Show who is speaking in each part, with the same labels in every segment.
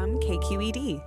Speaker 1: KQED.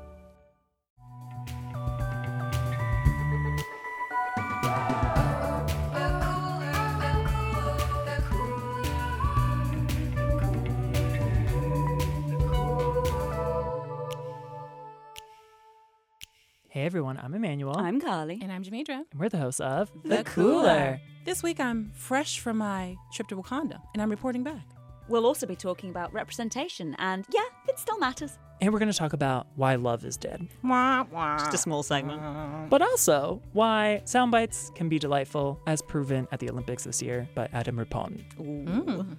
Speaker 2: Hey everyone, I'm Emmanuel.
Speaker 1: I'm Carly.
Speaker 3: And I'm Jamidra.
Speaker 2: and we're the hosts of
Speaker 3: This week I'm fresh from my trip to Wakanda and I'm reporting back.
Speaker 1: We'll also be talking about representation, and yeah, it still matters.
Speaker 2: And we're going to talk about why love is dead,
Speaker 1: Just a small segment.
Speaker 2: but also why sound bites can be delightful, as proven at the Olympics this year by Adam Rippon.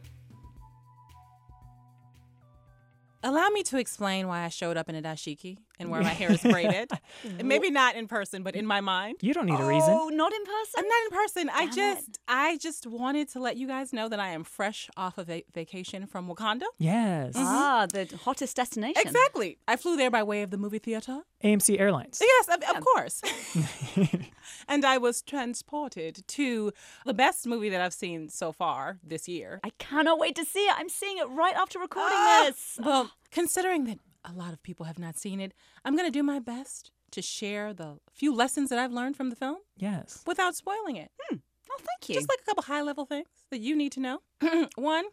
Speaker 3: Allow me to explain why I showed up in a dashiki and where my hair is braided. And Maybe not in person, but in my mind.
Speaker 2: You don't need a reason.
Speaker 1: Oh, not in person.
Speaker 3: I'm not in person. I
Speaker 1: Damn it.
Speaker 3: just I just wanted to let you guys know that I am fresh off of a vacation from Wakanda.
Speaker 2: Yes.
Speaker 1: Ah, the hottest destination.
Speaker 3: Exactly. I flew there by way of the movie theater.
Speaker 2: AMC Airlines.
Speaker 3: Yes, of, of course. and I was transported to the best movie that I've seen so far this year.
Speaker 1: I cannot wait to see it. I'm seeing it right after recording
Speaker 3: Ah!
Speaker 1: this.
Speaker 3: Well, considering that a lot of people have not seen it, I'm going to do my best to share the few lessons that I've learned from the film
Speaker 2: Yes.
Speaker 3: without spoiling it.
Speaker 1: Oh, thank you.
Speaker 3: Just like a couple high level things that you need to know. One,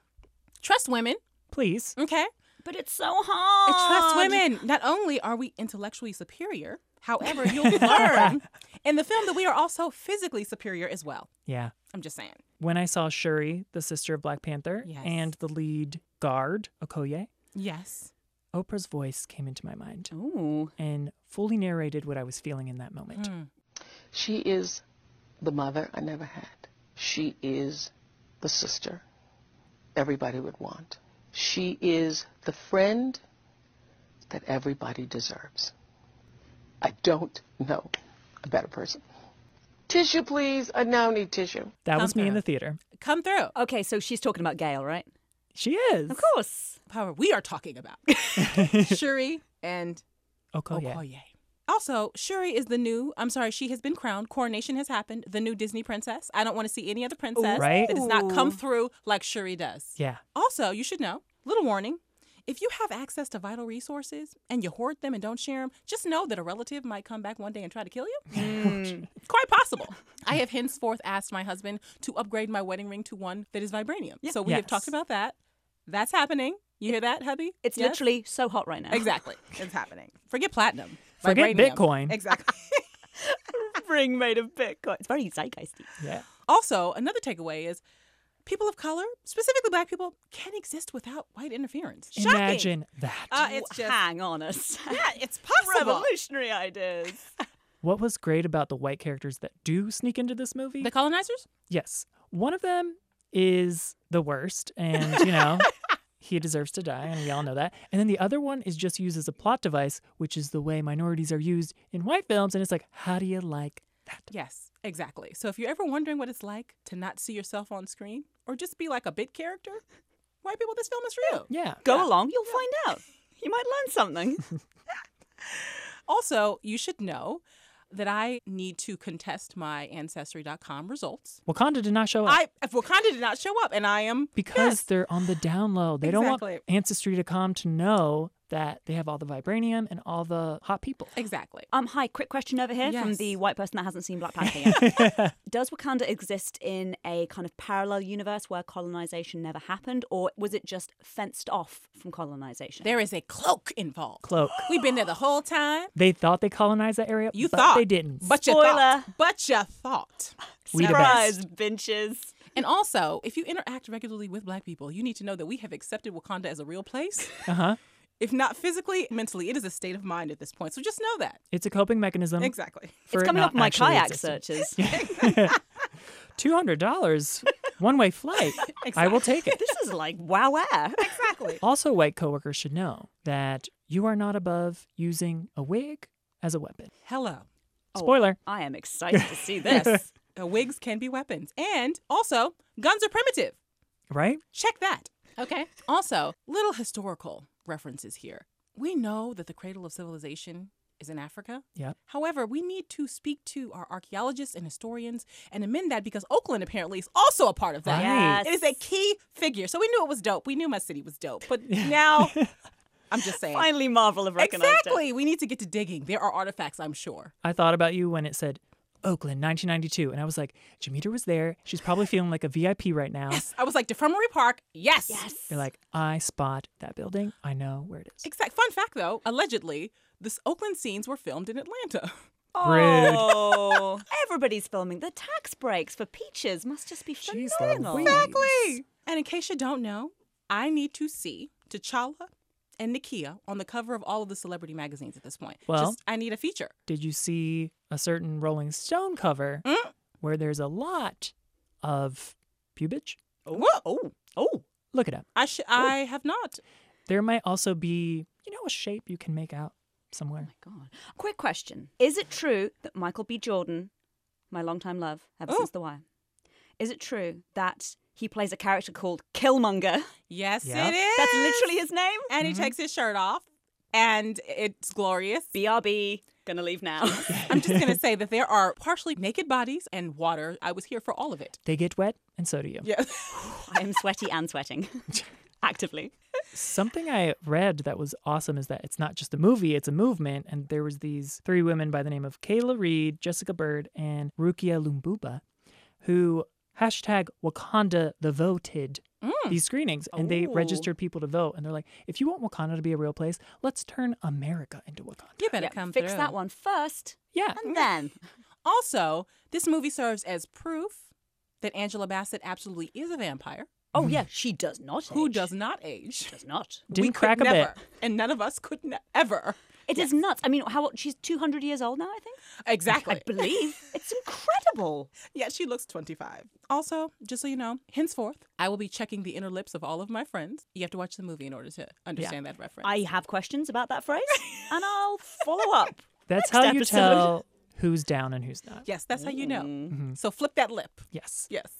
Speaker 3: trust women,
Speaker 2: Please.
Speaker 3: okay?
Speaker 1: but it's so
Speaker 3: And
Speaker 1: hard.
Speaker 3: trust women. Not only are we intellectually superior, however, you'll learn in the film that we are also physically superior as well.
Speaker 2: Yeah.
Speaker 3: I'm just saying.
Speaker 2: When I saw Shuri, the sister of Black Panther,
Speaker 3: Yes.
Speaker 2: and the lead guard, Okoye,
Speaker 3: Yes.
Speaker 2: Oprah's voice came into my mind
Speaker 1: Mm. Ooh.
Speaker 2: and fully narrated what I was feeling in that moment.
Speaker 1: Mm.
Speaker 4: She is the mother I never had. She is the sister everybody would want. She is the friend that everybody deserves. I don't know a better person. Tissue, please. I now need tissue.
Speaker 2: That was me in
Speaker 3: Comfort.
Speaker 2: the theater.
Speaker 3: Come through.
Speaker 1: Okay, so she's talking about Gail, right?
Speaker 2: She is.
Speaker 1: Of course.
Speaker 3: Power we are talking about. Shuri and
Speaker 2: Okoye.
Speaker 3: Okoye. Also, Shuri is the new, I'm sorry, she has been crowned. Coronation has happened. The new Disney princess. I don't want to see any other princess
Speaker 2: Right.
Speaker 3: that does not come
Speaker 1: Ooh.
Speaker 3: through like Shuri does.
Speaker 2: Yeah.
Speaker 3: Also, you should know, little warning. If you have access to vital resources and you hoard them and don't share them, just know that a relative might come back one day and try to kill you. It's Quite possible. I have henceforth asked my husband to upgrade my wedding ring to one that is vibranium. So we have
Speaker 2: Yes.
Speaker 3: talked about that. That's happening. You hear that, hubby?
Speaker 1: It's
Speaker 3: Yes?
Speaker 1: literally so hot right now.
Speaker 3: Exactly. It's happening. Forget platinum.
Speaker 2: Forget
Speaker 3: Vibranium.
Speaker 2: Bitcoin.
Speaker 3: Exactly.
Speaker 1: Ring made of Bitcoin. It's very zeitgeisty.
Speaker 2: Yeah.
Speaker 3: also, another takeaway is people of color, specifically black people, can exist without white interference. Shocking.
Speaker 2: Imagine that.
Speaker 3: Uh, it's just
Speaker 1: Hang on a sec.
Speaker 3: yeah, it's possible.
Speaker 1: Revolutionary ideas.
Speaker 2: What was great about the white characters that do sneak into this movie?
Speaker 3: The colonizers?
Speaker 2: yes. One of them is the worst, and, you know, he deserves to die, and we all know that. And then the other one is just used as a plot device, which is the way minorities are used in white films. And it's like, how do you like that?
Speaker 3: Yes, exactly. So if you're ever wondering what it's like to not see yourself on screen or just be like a bit character, white people, this film is for you.
Speaker 2: Yeah.
Speaker 1: Go along, you'll find out. You might learn something.
Speaker 3: Also, you should know that I need to contest my ancestry.com results.
Speaker 2: Wakanda did not show up.
Speaker 3: I if Wakanda did not show up and I am
Speaker 2: because they're on the down low. They don't want
Speaker 3: Exactly.
Speaker 2: Ancestry.com to know that they have all the vibranium and all the hot people.
Speaker 3: Exactly.
Speaker 1: Um, hi, quick question over here from
Speaker 3: Yes.
Speaker 1: the white person that hasn't seen Black Panther yet. Does Wakanda exist in a kind of parallel universe where colonization never happened, or was it just fenced off from colonization?
Speaker 3: There is a cloak involved.
Speaker 2: Cloak.
Speaker 3: We've been there the whole time.
Speaker 2: They thought they colonized that area.
Speaker 3: You
Speaker 2: but
Speaker 3: thought
Speaker 2: they didn't.
Speaker 3: But you thought.
Speaker 1: Spoiler.
Speaker 3: But you thought.
Speaker 2: we the
Speaker 1: Surprise,
Speaker 2: best.
Speaker 1: benches.
Speaker 3: And also, if you interact regularly with black people, you need to know that we have accepted Wakanda as a real place.
Speaker 2: Uh huh.
Speaker 3: if not physically, mentally, it is a state of mind at this point. So just know that.
Speaker 2: It's a coping mechanism.
Speaker 3: Exactly.
Speaker 2: for
Speaker 1: it's coming
Speaker 2: not
Speaker 1: up in my
Speaker 2: actually
Speaker 1: kayak
Speaker 2: existing.
Speaker 1: searches.
Speaker 2: Two hundred dollars, one way flight. I will take it.
Speaker 1: This is like wow air.
Speaker 3: Exactly.
Speaker 2: Also, white coworkers should know that you are not above using a wig as a weapon.
Speaker 3: Hello.
Speaker 2: Spoiler.
Speaker 1: Oh, I am excited to see this.
Speaker 3: Uh, wigs can be weapons. And also, guns are primitive.
Speaker 2: Right?
Speaker 3: Check that. Okay. Also, little historical references here. We know that the cradle of civilization is in Africa.
Speaker 2: Yeah.
Speaker 3: However, we need to speak to our archaeologists and historians and amend that because Oakland apparently is also a part of that.
Speaker 2: Right.
Speaker 1: Yes.
Speaker 3: It is a key figure. So we knew it was dope. We knew my city was dope. But now I'm just saying.
Speaker 1: Finally, Marvel have recognized it.
Speaker 3: Exactly. We need to get to digging. There are artifacts, I'm sure.
Speaker 2: I thought about you when it said Oakland, 1992, and I was like, Jamita was there. She's probably feeling like a VIP right now.
Speaker 3: I was like, Defremery Park. Yes.
Speaker 1: Yes.
Speaker 2: You're like, I spot that building. I know where it is.
Speaker 3: Exact. Fun fact, though, allegedly, this Oakland scenes were filmed in Atlanta.
Speaker 2: Rude.
Speaker 1: Oh, everybody's filming. The tax breaks for peaches must just be
Speaker 2: Jeez
Speaker 1: phenomenal.
Speaker 2: Louise.
Speaker 3: Exactly. And in case you don't know, I need to see T'Challa and Nakia on the cover of all of the celebrity magazines at this point.
Speaker 2: Well-
Speaker 3: Just, I need a feature.
Speaker 2: Did you see a certain Rolling Stone cover where there's a lot of pubage?
Speaker 3: Whoa. Oh,
Speaker 1: Oh,
Speaker 2: Look it up.
Speaker 3: I sh- I have not.
Speaker 2: There might also be, you know, a shape you can make out somewhere.
Speaker 1: God. Quick question. Is it true that Michael B. Jordan, my longtime love ever
Speaker 3: Oh.
Speaker 1: since The Wire, is it true that he plays a character called Killmonger?
Speaker 3: Yes,
Speaker 2: Yeah.
Speaker 3: it is.
Speaker 1: That's literally Mm-hmm. his name?
Speaker 3: And he takes his shirt off, and it's glorious.
Speaker 1: BRB, gonna leave now.
Speaker 3: I'm just gonna say that there are partially naked bodies and water. I was here for all of it.
Speaker 2: They get wet, and so do you.
Speaker 3: Yeah.
Speaker 1: I am sweaty and sweating actively.
Speaker 2: Something I read that was awesome is that it's not just a movie, it's a movement. And there was these three women by the name of Kayla Reed, Jessica Bird, and Rukia Lumbuba, who hashtag Wakanda the voted these screenings. And they
Speaker 1: Mm. Ooh.
Speaker 2: registered people to vote. And they're like, if you want Wakanda to be a real place, let's turn America into Wakanda.
Speaker 3: You better
Speaker 1: Yeah,
Speaker 3: come
Speaker 1: fix
Speaker 3: through.
Speaker 1: that one first
Speaker 2: Yeah.
Speaker 1: and then.
Speaker 3: Also, this movie serves as proof that Angela Bassett absolutely is a vampire
Speaker 1: Oh yeah, she does not.
Speaker 3: who
Speaker 1: age.
Speaker 3: does not age.
Speaker 1: Does not.
Speaker 2: Didn't
Speaker 3: we could
Speaker 2: crack a
Speaker 3: never,
Speaker 2: bit.
Speaker 3: and none of us could ne- ever.
Speaker 1: It is nuts. I mean, how old? She's two hundred years old now. I think.
Speaker 3: Exactly.
Speaker 1: I believe it's incredible.
Speaker 3: Yeah, she looks 25. Also, just so you know, henceforth, I will be checking the inner lips of all of my friends. You have to watch the movie in order to understand that reference.
Speaker 1: I have questions about that phrase, and I'll follow up. Next
Speaker 2: That's how you
Speaker 1: episode.
Speaker 2: tell who's down and who's not.
Speaker 3: yes, that's how you know. So flip that lip.
Speaker 2: Yes.
Speaker 3: Mm-hmm. Yes.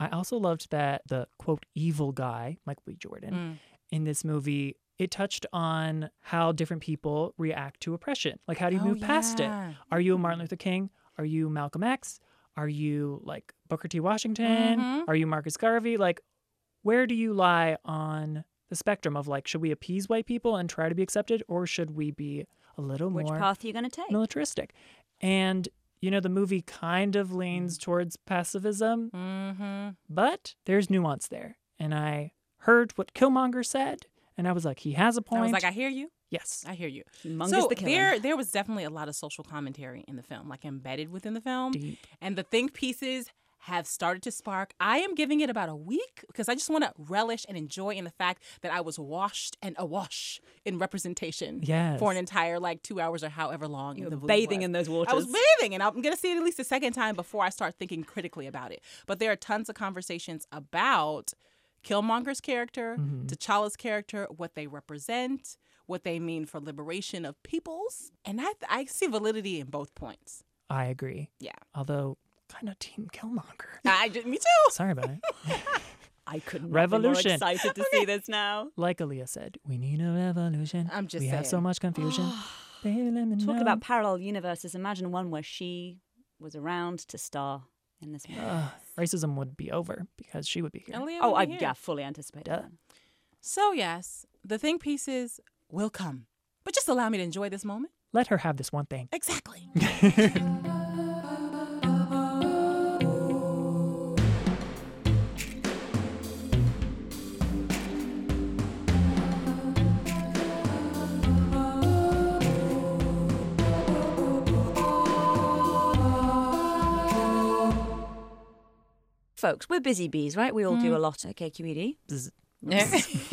Speaker 2: I also loved that the quote evil guy, Michael B.
Speaker 1: Mm.
Speaker 2: Jordan, in this movie, it touched on how different people react to oppression. Like, how do you
Speaker 3: Oh,
Speaker 2: move past it?
Speaker 3: yeah.
Speaker 2: Are you a Martin
Speaker 1: Mm-hmm.
Speaker 2: Luther King? Are you Malcolm X? Are you like Booker T. Washington?
Speaker 1: Mm-hmm.
Speaker 2: Are you Marcus Garvey? Like, where do you lie on the spectrum of like, should we appease white people and try to be accepted, or should we be a little
Speaker 1: Which
Speaker 2: more
Speaker 1: path are you going to take?
Speaker 2: militaristic? And, you know, the movie kind of leans
Speaker 1: Mm.
Speaker 2: towards pacifism
Speaker 3: Mm-hmm.
Speaker 2: but there's nuance there. And I heard what Killmonger said, and I was like, he has a point.
Speaker 3: I was like, I hear you.
Speaker 2: yes.
Speaker 3: I hear you.
Speaker 1: Humongous
Speaker 3: so
Speaker 1: the killing.
Speaker 3: there, there was definitely a lot of social commentary in the film, like embedded within the film.
Speaker 2: Deep.
Speaker 3: And the think pieces have started to spark. I am giving it about a week because I just want to relish and enjoy in the fact that I was washed and awash in representation
Speaker 2: Yes.
Speaker 3: for an entire like two hours or however long.
Speaker 1: You
Speaker 3: the
Speaker 1: were
Speaker 3: movie
Speaker 1: bathing
Speaker 3: was.
Speaker 1: in those waters.
Speaker 3: I was bathing, and I'm gonna see it at least a second time before I start thinking critically about it. But there are tons of conversations about Killmonger's character,
Speaker 1: Mm-hmm.
Speaker 3: T'Challa's character, what they represent, what they mean for liberation of peoples, and I I see validity in both points.
Speaker 2: I agree.
Speaker 3: Yeah,
Speaker 2: Although, kind of Team Killmonger.
Speaker 3: I did- me too.
Speaker 2: Sorry about it.
Speaker 1: I couldn't.
Speaker 2: Revolution.
Speaker 1: Be more excited to see this now.
Speaker 2: Like Aaliyah said, we need a revolution.
Speaker 3: I'm just
Speaker 2: We have so
Speaker 3: saying.
Speaker 2: much confusion. Baby, let me
Speaker 1: Talk
Speaker 2: know.
Speaker 1: about parallel universes. Imagine one where she was around to star in this movie.
Speaker 2: Ugh, racism would be over because she would be here.
Speaker 3: Aaliyah
Speaker 1: oh,
Speaker 3: will
Speaker 1: I
Speaker 3: be here.
Speaker 1: yeah, fully anticipate
Speaker 2: Duh.
Speaker 1: that.
Speaker 3: So yes, the think pieces will come, but just allow me to enjoy this moment.
Speaker 2: Let her have this one thing.
Speaker 3: Exactly.
Speaker 1: Folks, we're busy bees, right? We all do a lot at KQED.
Speaker 2: Hmm. Zzz.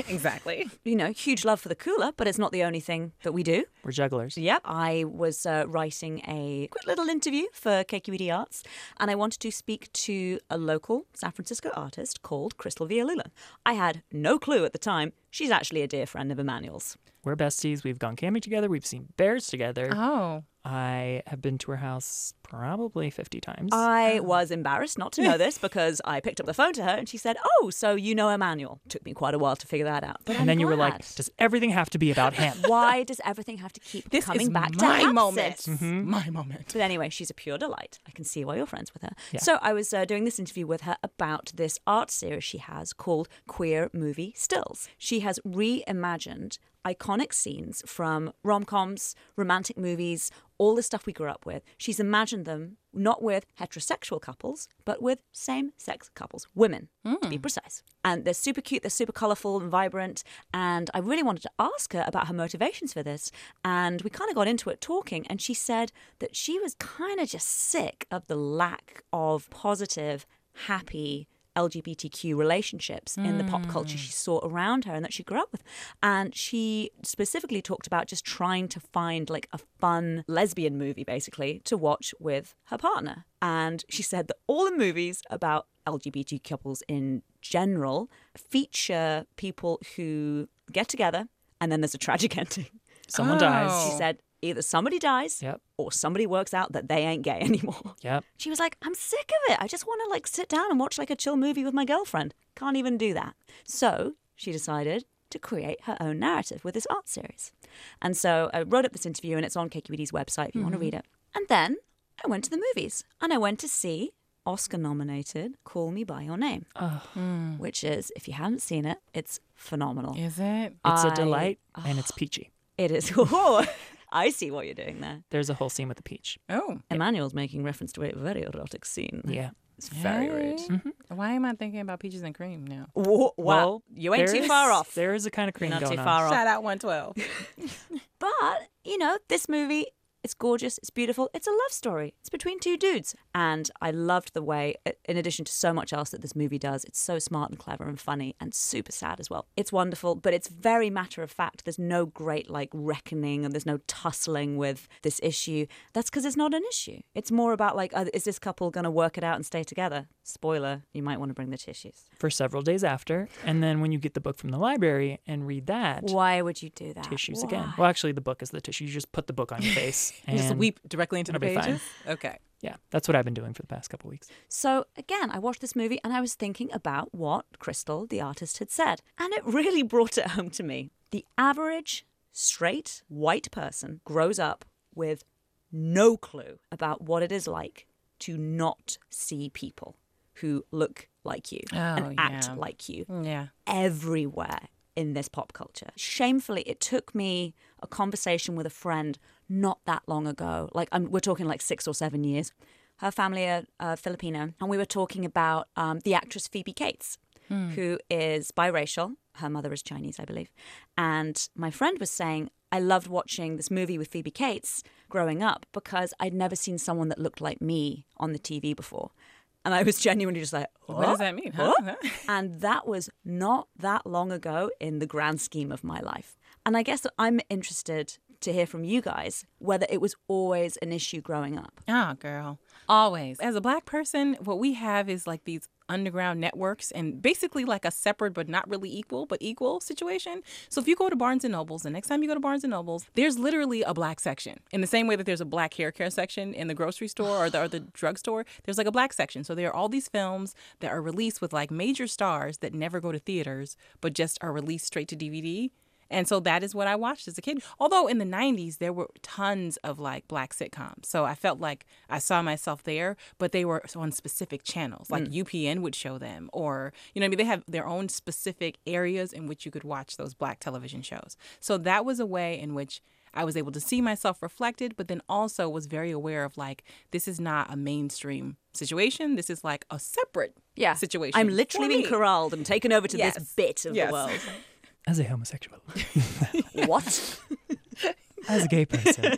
Speaker 3: exactly.
Speaker 1: You know, huge love for the cooler, but it's not the only thing that we do.
Speaker 2: We're jugglers.
Speaker 1: Yep. I was uh, writing a quick little interview for KQED Arts, and I wanted to speak to a local San Francisco artist called Crystal Villalula. I had no clue at the time. She's actually a dear friend of Emmanuel's.
Speaker 2: We're besties. We've gone camping together. We've seen bears together.
Speaker 3: Oh.
Speaker 2: I have been to her house probably 50 times.
Speaker 3: Uh,
Speaker 1: I was embarrassed not to know this because I picked up the phone to her and she said, Oh, so you know Emmanuel. Took me quite a while to figure that out. But
Speaker 2: and
Speaker 1: I'm
Speaker 2: then you were
Speaker 1: glad.
Speaker 2: like, does everything have to be about him?
Speaker 1: Why does everything have to keep
Speaker 3: This
Speaker 1: coming
Speaker 3: is
Speaker 1: back to
Speaker 3: my
Speaker 1: Hapsis?
Speaker 3: moment. My moment.
Speaker 1: But anyway, she's a pure delight. I can see why you're friends with her. So I was uh, doing this interview with her about this art series she has called Queer Movie Stills. She She has reimagined iconic scenes from rom coms, romantic movies, all the stuff we grew up with. She's imagined them not with heterosexual couples, but with same sex couples, women, to be precise. And they're super cute, they're super colorful and vibrant. And I really wanted to ask her about her motivations for this. And we kind of got into it talking, and she said that she was kind of just sick of the lack of positive, happy, LGBTQ relationships in the pop culture she saw around her and that she grew up with. And she specifically talked about just trying to find like a fun lesbian movie basically to watch with her partner. And she said that all the movies about LGBT couples in general feature people who get together and then there's a tragic ending.
Speaker 2: Someone
Speaker 1: She
Speaker 2: dies.
Speaker 3: Oh.
Speaker 1: said either somebody dies
Speaker 2: Yep.
Speaker 1: or somebody works out that they ain't gay anymore.
Speaker 2: Yep.
Speaker 1: She was like, I'm sick of it. I just want to like sit down and watch like a chill movie with my girlfriend. Can't even do that. So she decided to create her own narrative with this art series. And so I wrote up this interview and it's on KQED's website if you want to read it. And then I went to the movies and I went to see Oscar nominated Call Me By Your Name, which is, if you haven't seen it, it's phenomenal.
Speaker 3: Is it?
Speaker 2: It's a
Speaker 1: I-
Speaker 2: delight and it's peachy.
Speaker 1: It is. Oh, I see what you're doing there.
Speaker 2: There's a whole scene with the peach.
Speaker 3: Oh,
Speaker 1: Emmanuel's making reference to a very erotic scene.
Speaker 2: Yeah.
Speaker 1: It's very rude.
Speaker 3: Hey. Why am I thinking about peaches and cream now?
Speaker 1: Whoa, wow.
Speaker 2: Well,
Speaker 1: you ain't
Speaker 2: there
Speaker 1: too
Speaker 2: is-
Speaker 1: far off.
Speaker 2: There is a kind of cream
Speaker 1: not
Speaker 2: going
Speaker 1: too
Speaker 2: on.
Speaker 1: far off.
Speaker 3: Shout out 112.
Speaker 1: But, you know, this movie, it's gorgeous, it's beautiful, it's a love story. It's between two dudes. And I loved the way, in addition to so much else that this movie does, it's so smart and clever and funny and super sad as well. It's wonderful, but it's very matter of fact. There's no great, like, reckoning and there's no tussling with this issue. That's because it's not an issue. It's more about, like, uh, is this couple going to work it out and stay together? Spoiler, you might want to bring the tissues.
Speaker 2: for several days after. And then when you get the book from the library and read that,
Speaker 1: Why would you do that?
Speaker 2: tissues
Speaker 1: Why?
Speaker 2: again. Well, actually, the book is the tissue. You just put the book on your face. and
Speaker 3: Just weep directly into the
Speaker 2: it'll be
Speaker 3: pages.
Speaker 2: fine.
Speaker 3: Okay.
Speaker 2: Yeah, that's what I've been doing for the past couple weeks.
Speaker 1: So again, I watched this movie and I was thinking about what Crystal, the artist, had said. And it really brought it home to me. The average straight white person grows up with no clue about what it is like to not see people who look like you
Speaker 3: Oh,
Speaker 1: and act
Speaker 3: yeah.
Speaker 1: like you
Speaker 3: Yeah.
Speaker 1: everywhere in this pop culture. Shamefully, it took me a conversation with a friend not that long ago. Like, I'm, we're talking like six or seven years. Her family are uh, Filipino, and we were talking about um, the actress Phoebe Cates,
Speaker 3: Hmm.
Speaker 1: who is biracial. Her mother is Chinese, I believe. And my friend was saying, I loved watching this movie with Phoebe Cates growing up because I'd never seen someone that looked like me on the TV before. And I was genuinely just like,
Speaker 3: What does that mean? Huh? Huh?
Speaker 1: and that was not that long ago in the grand scheme of my life. And I guess that I'm interested to hear from you guys whether it was always an issue growing up.
Speaker 3: Oh, girl. Always. As a black person, what we have is like these underground networks and basically like a separate but not really equal, but equal situation. So if you go to Barnes and Nobles, the next time you go to Barnes and Nobles, there's literally a black section. In the same way that there's a black hair care section in the grocery store or the, or the drugstore, there's like a black section. So there are all these films that are released with like major stars that never go to theaters, but just are released straight to DVD. And so that is what I watched as a kid. Although in the 90s, there were tons of like black sitcoms. So I felt like I saw myself there, but they were on specific channels. Like UPN would show them, or, you know what I mean? They have their own specific areas in which you could watch those black television shows. So that was a way in which I was able to see myself reflected, but then also was very aware of like, this is not a mainstream situation. This is like a separate situation.
Speaker 1: I'm
Speaker 3: for
Speaker 1: literally
Speaker 3: me.
Speaker 1: being corralled and taken over to this
Speaker 3: Yes.
Speaker 1: bit of
Speaker 3: Yes.
Speaker 1: the world.
Speaker 2: As a homosexual,
Speaker 1: What?
Speaker 2: as a gay person,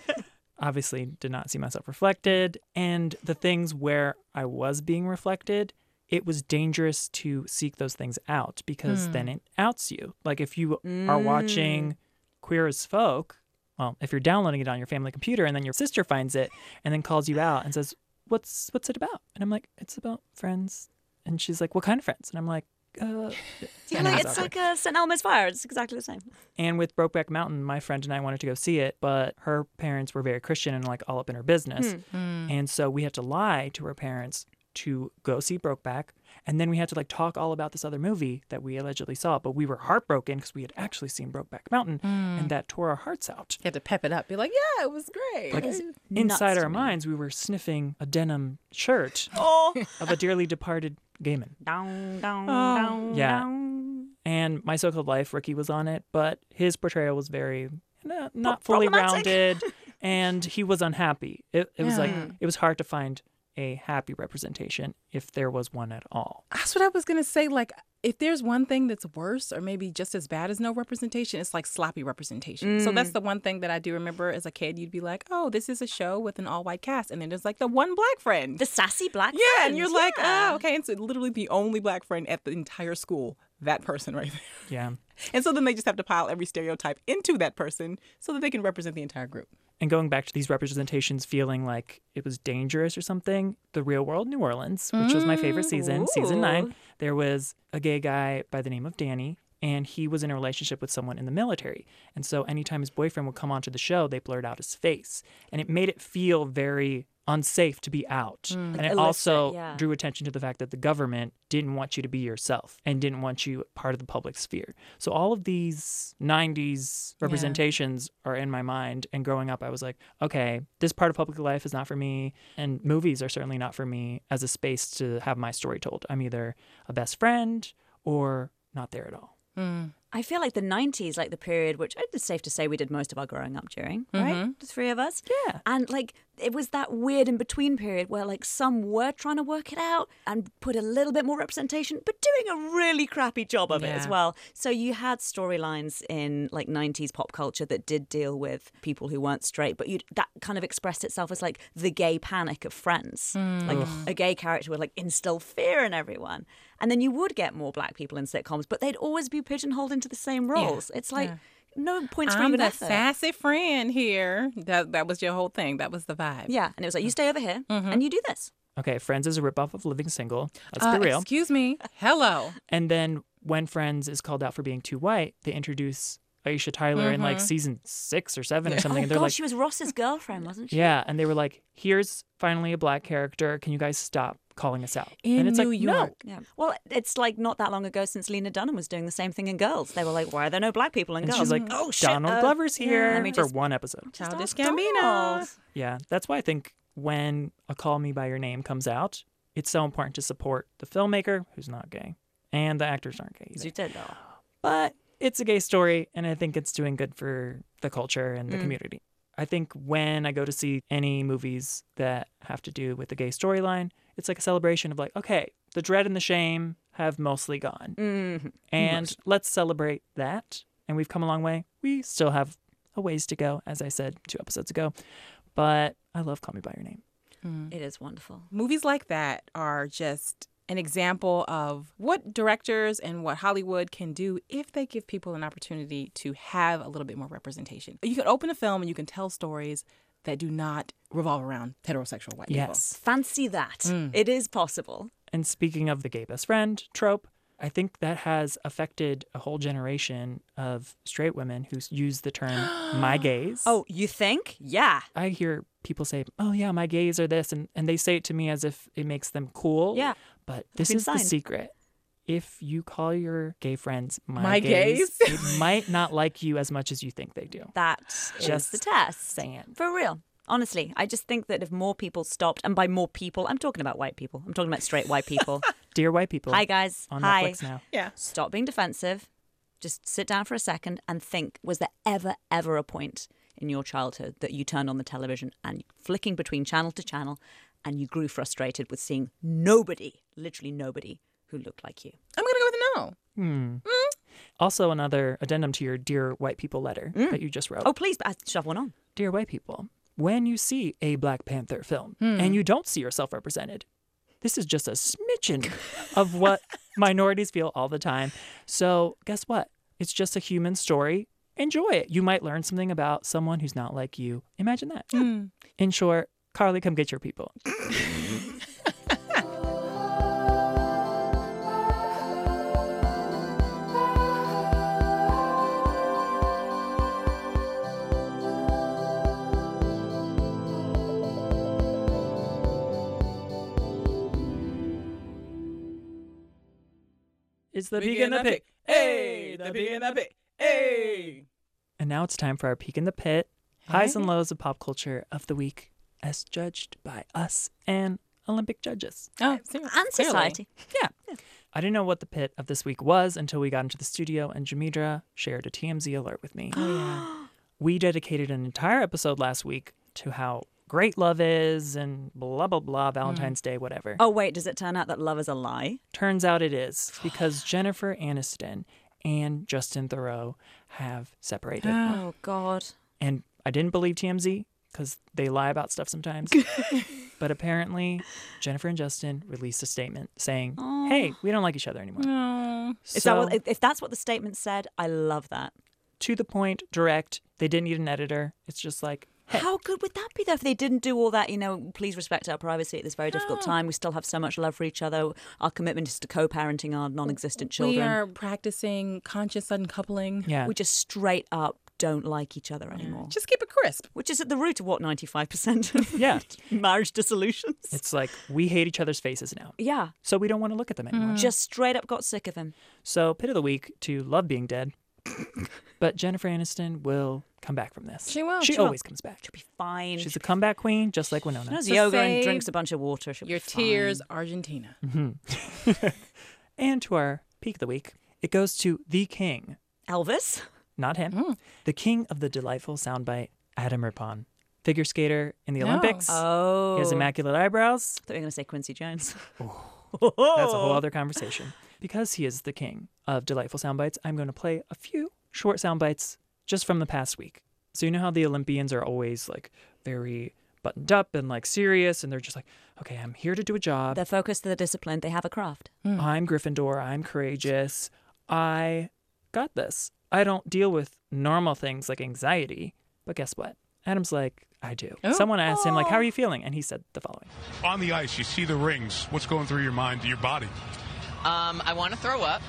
Speaker 2: obviously did not see myself reflected. And the things where I was being reflected, it was dangerous to seek those things out because then it outs you. Like if you are watching Queer as Folk, well, if you're downloading it on your family computer and then your sister finds it and then calls you out and says, "What's what's it about?" and I'm like, "It's about friends," and she's like, "What kind of friends?" and I'm like, uh,
Speaker 1: yeah,
Speaker 2: and
Speaker 1: like,
Speaker 2: was
Speaker 1: it's
Speaker 2: awkward.
Speaker 1: like a St. Elmo's Fire. It's exactly the same.
Speaker 2: And with Brokeback Mountain, my friend and I wanted to go see it, but her parents were very Christian and like all up in her business.
Speaker 1: Hmm.
Speaker 2: And so we had to lie to her parents to go see Brokeback. And then we had to like talk all about this other movie that we allegedly saw, but we were heartbroken because we had actually seen Brokeback Mountain
Speaker 1: Hmm.
Speaker 2: and that tore our hearts out.
Speaker 3: You have to pep it up. Be like, yeah, it was great.
Speaker 2: Like
Speaker 1: nuts
Speaker 2: inside
Speaker 1: to
Speaker 2: our
Speaker 1: me.
Speaker 2: minds, we were sniffing a denim shirt
Speaker 1: Oh,
Speaker 2: of a dearly departed gay man.
Speaker 1: down, down, down,
Speaker 2: Um, Yeah.
Speaker 1: down.
Speaker 2: and My So Called Life, Ricky was on it, but his portrayal was very no, not fully
Speaker 1: problematic.
Speaker 2: rounded, and he was unhappy. It, it was like it was hard to find a happy representation if there was one at all.
Speaker 3: That's what I was gonna say. Like, if there's one thing that's worse, or maybe just as bad as no representation, it's like sloppy representation. So
Speaker 1: Mm.
Speaker 3: that's the one thing that I do remember as a kid. You'd be like, "Oh, this is a show with an all-white cast," and then there's like the one black friend.
Speaker 1: The sassy black
Speaker 3: yeah,
Speaker 1: friend,
Speaker 3: and you're like,
Speaker 1: yeah.
Speaker 3: "Oh, okay." And so literally the only black friend at the entire school, that person right there.
Speaker 2: Yeah.
Speaker 3: And so then they just have to pile every stereotype into that person so that they can represent the entire group.
Speaker 2: And going back to these representations feeling like it was dangerous or something, The Real World New Orleans, which was my favorite season, season
Speaker 1: ooh.
Speaker 2: nine, there was a gay guy by the name of Danny, and he was in a relationship with someone in the military. And so anytime his boyfriend would come onto the show, they blurred out his face. And it made it feel very unsafe to be out. And it
Speaker 1: illicit,
Speaker 2: also
Speaker 1: yeah.
Speaker 2: drew attention to the fact that the government didn't want you to be yourself and didn't want you part of the public sphere. So all of these 90s representations are in my mind. And growing up, I was like, okay, this part of public life is not for me. And movies are certainly not for me as a space to have my story told. I'm either a best friend or not there at all.
Speaker 1: I feel like the 90s, like the period which it's safe to say we did most of our growing up during, right? The three of us.
Speaker 2: Yeah.
Speaker 1: And like it was that weird in between period where like some were trying to work it out and put a little bit more representation, but doing a really crappy job of it as
Speaker 3: Yeah.
Speaker 1: well. So you had storylines in like 90s pop culture that did deal with people who weren't straight, but you that kind of expressed itself as like the gay panic of friends. Like a gay character would like instill fear in everyone. And then you would get more black people in sitcoms, but they'd always be pigeonholed into the same roles. It's like no points for
Speaker 3: I'm
Speaker 1: even
Speaker 3: the
Speaker 1: effort.
Speaker 3: sassy friend here. That that was your whole thing. That was the vibe.
Speaker 1: Yeah, and it was like you stay over here and you do this.
Speaker 2: Okay, Friends is a ripoff of Living Single. Let's
Speaker 3: Uh,
Speaker 2: be real.
Speaker 3: Excuse me. Hello.
Speaker 2: And then when Friends is called out for being too white, they introduce Aisha Tyler in like season six or seven or
Speaker 1: Mm-hmm. Oh
Speaker 2: something. and they're
Speaker 1: God,
Speaker 2: like,
Speaker 1: she was Ross's girlfriend, wasn't she?
Speaker 2: yeah. And they were like, here's finally a black character. Can you guys stop calling us out?
Speaker 3: In
Speaker 2: and it's
Speaker 3: New
Speaker 2: like,
Speaker 3: York.
Speaker 1: Yeah. Well, it's like not that long ago since Lena Dunham was doing the same thing in Girls. They were like, "Why are there no black people in
Speaker 2: And
Speaker 1: Girls?"
Speaker 2: she's like,
Speaker 1: "Oh shit,
Speaker 2: Donald
Speaker 1: uh,
Speaker 2: Glover's
Speaker 1: yeah,
Speaker 2: here
Speaker 1: let me
Speaker 2: for
Speaker 1: just-
Speaker 2: one episode.
Speaker 1: just
Speaker 3: Childish
Speaker 1: ask Donald."
Speaker 3: Gambino.
Speaker 2: Yeah. That's why I think when A Call Me By Your Name comes out, it's so important to support the filmmaker who's not gay and the actors aren't gay. either.
Speaker 1: Zutello.
Speaker 2: but it's a gay story and I think it's doing good for the culture and the community. I think when I go to see any movies that have to do with the gay storyline, it's like a celebration of like, okay, the dread and the shame have mostly gone. And let's celebrate that. And we've come a long way. We still have a ways to go, as I said two episodes ago. But I love Call Me By Your Name.
Speaker 1: It is wonderful.
Speaker 3: Movies like that are just an example of what directors and what Hollywood can do if they give people an opportunity to have a little bit more representation. You can open a film and you can tell stories that do not revolve around heterosexual white people.
Speaker 2: Yes.
Speaker 1: Fancy that.
Speaker 2: Mm.
Speaker 1: It is possible.
Speaker 2: And speaking of the gay best friend trope, I think that has affected a whole generation of straight women who s- use the term my gays.
Speaker 1: Oh, you think? Yeah.
Speaker 2: I hear people say, oh, yeah, my gays are this. And, and they say it to me as if it makes them cool.
Speaker 1: Yeah.
Speaker 2: But this
Speaker 1: been
Speaker 2: is the
Speaker 1: signed.
Speaker 2: secret. If you call your gay friends my,
Speaker 3: My
Speaker 2: gays,
Speaker 3: gays?
Speaker 2: they might not like you as much as you think they do.
Speaker 1: That is
Speaker 2: Just
Speaker 1: the test.
Speaker 2: saying.
Speaker 1: For real. Honestly, I just think that if more people stopped, and by more people, I'm talking about white people. I'm talking about straight white people.
Speaker 2: Dear white people.
Speaker 1: Hi guys.
Speaker 2: On
Speaker 1: Hi.
Speaker 2: Netflix now.
Speaker 1: stop being defensive just sit down for a second and think was there ever ever a point in your childhood that you turned on the television and flicking between channel to channel and you grew frustrated with seeing nobody literally nobody who looked like you
Speaker 3: I'm going to go with
Speaker 2: Also, another addendum to your dear white people letter that you just wrote.
Speaker 1: oh please but I- shove one on
Speaker 2: dear white people, when you see a Black Panther film and you don't see yourself represented, this is just a smidgen of what minorities feel all the time. So, guess what? It's just a human story. Enjoy it. You might learn something about someone who's not like you. Imagine that. In short, Carly, come get your people. It's the
Speaker 3: no.
Speaker 2: peek in the pit.
Speaker 3: Hey, the big and the big. Hey.
Speaker 2: And now it's time for our peek in the pit, highs and lows of pop culture of the week, as judged by us and Olympic judges.
Speaker 3: Oh, serious.
Speaker 1: and
Speaker 3: Clearly.
Speaker 1: society
Speaker 2: Yeah. I didn't know what the pit of this week was until we got into the studio and Jamidra shared a TMZ alert with me.
Speaker 1: Oh,
Speaker 2: We dedicated an entire episode last week to how great love is and blah, blah, blah, Valentine's Day, whatever.
Speaker 1: Mm. Oh, wait, does it turn out that love is a lie?
Speaker 2: Turns out it is because Jennifer Aniston and Justin Thoreau have separated.
Speaker 1: Oh, God.
Speaker 2: and I didn't believe TMZ because they lie about stuff sometimes. but apparently, Jennifer and Justin released a statement saying, "Hey, we don't like each other anymore."
Speaker 3: Mm.
Speaker 2: So,
Speaker 1: Is that what, if that's what the statement said, I love that.
Speaker 2: to the point, direct. They didn't need an editor. It's just like,
Speaker 1: How good would that be, though, if they didn't do all that? You know, please respect our privacy at this very difficult time. We still have so much love for each other. Our commitment is to co parenting our non existent children.
Speaker 3: We are practicing conscious uncoupling.
Speaker 2: yeah,
Speaker 1: We just straight up don't like each other anymore.
Speaker 3: Just keep it crisp.
Speaker 1: Which is at the root of what 95% of
Speaker 2: yeah.
Speaker 1: marriage dissolutions.
Speaker 2: It's like we hate each other's faces now,
Speaker 1: Yeah.
Speaker 2: so we don't want to look at them anymore.
Speaker 1: Just straight up got sick of him.
Speaker 2: So, pit of the week to love being dead. but Jennifer Aniston will come back from this.
Speaker 3: She will,
Speaker 2: She,
Speaker 3: she will.
Speaker 2: always comes back.
Speaker 1: She'll be fine.
Speaker 2: She's a comeback queen, just like Winona.
Speaker 1: does
Speaker 3: So
Speaker 1: yoga and
Speaker 3: save
Speaker 1: drinks a bunch of water. She'll be
Speaker 3: Your
Speaker 1: fine.
Speaker 3: tears, Argentina.
Speaker 2: And to our peak of the week, it goes to the king,
Speaker 1: Elvis?
Speaker 2: not him, the king of the delightful soundbite, Adam Rippon, figure skater in the Olympics.
Speaker 1: Oh.
Speaker 2: He has immaculate eyebrows.
Speaker 1: I thought we were going to say Quincy Jones.
Speaker 2: That's a
Speaker 1: Oh.
Speaker 2: whole other conversation. Because he is the king of delightful soundbites, I'm going to play a few short soundbites just from the past week. So you know how the Olympians are always like very buttoned up and like serious, and they're just like, okay, I'm here to do a job.
Speaker 1: They're focused, they're disciplined, they have a craft.
Speaker 2: I'm Gryffindor. I'm courageous. I got this. I don't deal with normal things like anxiety. But guess what? Adam's like, I do.
Speaker 1: Oh.
Speaker 2: Someone asked him, like, how are you feeling? And he said the following.
Speaker 5: On the ice, you see the rings. What's going through your mind, your body?
Speaker 6: Um, I want to throw up.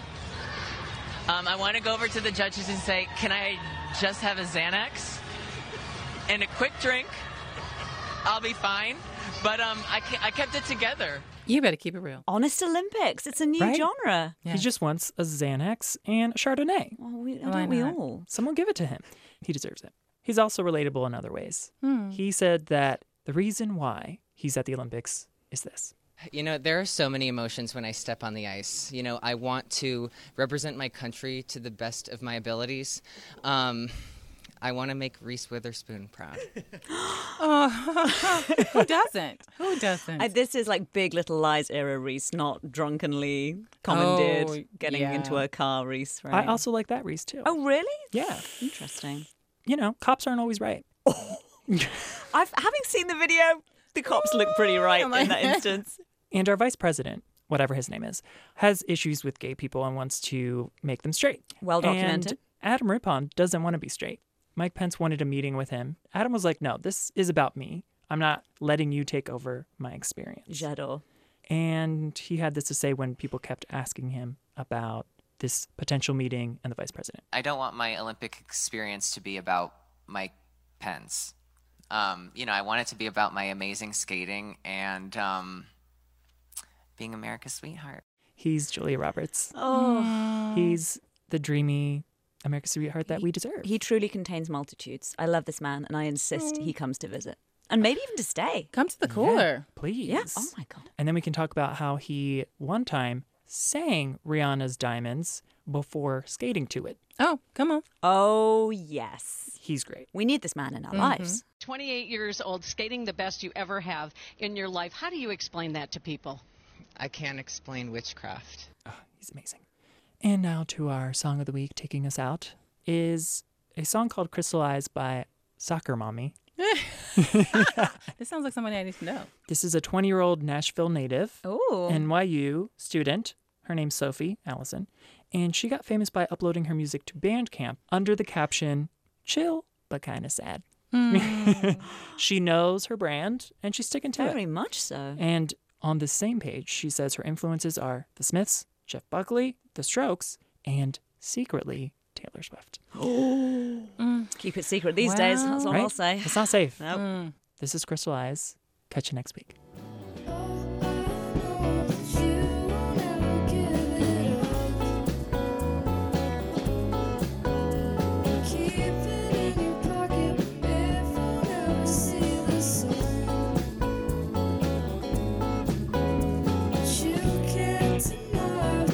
Speaker 6: Um, I want to go over to the judges and say, "Can I just have a Xanax and a quick drink? I'll be fine." But um, I, ke- I kept it together.
Speaker 3: You better keep it real.
Speaker 1: Honest Olympics, it's a new
Speaker 2: Right?
Speaker 1: genre.
Speaker 2: He just wants a Xanax and a Chardonnay.
Speaker 1: Well, we, don't we
Speaker 3: not?
Speaker 1: all?
Speaker 2: Someone give it to him. He deserves it. He's also relatable in other ways.
Speaker 1: Hmm.
Speaker 2: He said that the reason why he's at the Olympics is this.
Speaker 7: You know, there are so many emotions when I step on the ice. You know, I want to represent my country to the best of my abilities. Um, I want to make Reese Witherspoon proud.
Speaker 3: Who doesn't? Who doesn't?
Speaker 1: I, this is like Big Little Lies era Reese, not drunkenly commandeered,
Speaker 3: Oh,
Speaker 1: getting
Speaker 3: yeah.
Speaker 1: into a car Reese. Right?
Speaker 2: I also like that, Reese, too.
Speaker 1: oh, really?
Speaker 2: yeah.
Speaker 1: Interesting.
Speaker 2: You know, cops aren't always right.
Speaker 1: I've having seen the video. The cops look pretty right in that instance.
Speaker 2: And our vice president, whatever his name is, has issues with gay people and wants to make them straight.
Speaker 1: Well documented.
Speaker 2: And Adam Rippon doesn't want to be straight. Mike Pence wanted a meeting with him. Adam was like, no, this is about me. I'm not letting you take over my experience.
Speaker 1: J'adore.
Speaker 2: And he had this to say when people kept asking him about this potential meeting and the vice president.
Speaker 8: I don't want my Olympic experience to be about Mike Pence. Um, you know, I want it to be about my amazing skating and um, being America's sweetheart.
Speaker 2: He's Julia Roberts. Oh. He's the dreamy America's sweetheart that we deserve.
Speaker 1: He truly contains multitudes. I love this man, and I insist
Speaker 2: Mm.
Speaker 1: he comes to visit, and maybe even to stay.
Speaker 3: Come to the cooler.
Speaker 2: Please.
Speaker 1: Yeah. Oh my god.
Speaker 2: And then we can talk about how he one time sang Rihanna's Diamonds before skating to it.
Speaker 3: Oh, come on.
Speaker 1: Oh yes.
Speaker 2: He's great.
Speaker 1: We need this man in
Speaker 2: Mm-hmm.
Speaker 1: our lives.
Speaker 9: 28 years old, skating the best you ever have in your life. How do you explain that to people?
Speaker 7: I can't explain witchcraft.
Speaker 2: He's amazing. And now to our song of the week taking us out is a song called Crystallize by Soccer Mommy.
Speaker 3: This sounds like somebody I need to know.
Speaker 2: This is a 20 year old Nashville native,
Speaker 1: Oh.
Speaker 2: NYU student. Her name's Sophie Allison. And she got famous by uploading her music to Bandcamp under the caption, chill, but kind of sad. she knows her brand and she's sticking to it.
Speaker 1: Very much so.
Speaker 2: And on the same page, she says her influences are The Smiths, Jeff Buckley, The Strokes, and secretly Taylor Swift.
Speaker 1: Keep it secret these days. That's all
Speaker 2: Right?
Speaker 1: I'll say.
Speaker 2: It's not safe.
Speaker 1: Nope.
Speaker 2: This is Crystal Eyes. Catch you next week.
Speaker 10: Keep it in your pocket if I never see the sun. But you can't deny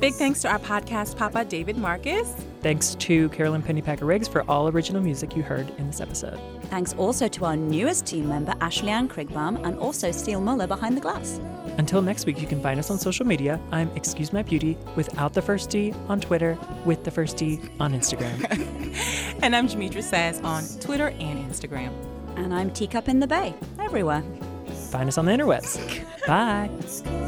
Speaker 3: Big thanks to our podcast papa, David Marcus.
Speaker 2: Thanks to Carolyn Pennypacker Riggs for all original music you heard in this episode.
Speaker 1: Thanks also to our newest team member, Ashley Ann Krigbaum, and also Steele Muller behind the glass.
Speaker 2: Until next week, you can find us on social media. I'm Excuse My Beauty without the first D on Twitter, with the first D on Instagram.
Speaker 3: And I'm Jamitra Sass on Twitter and Instagram.
Speaker 1: And I'm Teacup in the Bay, everywhere.
Speaker 2: find us on the interwebs. Bye.
Speaker 10: Let's go.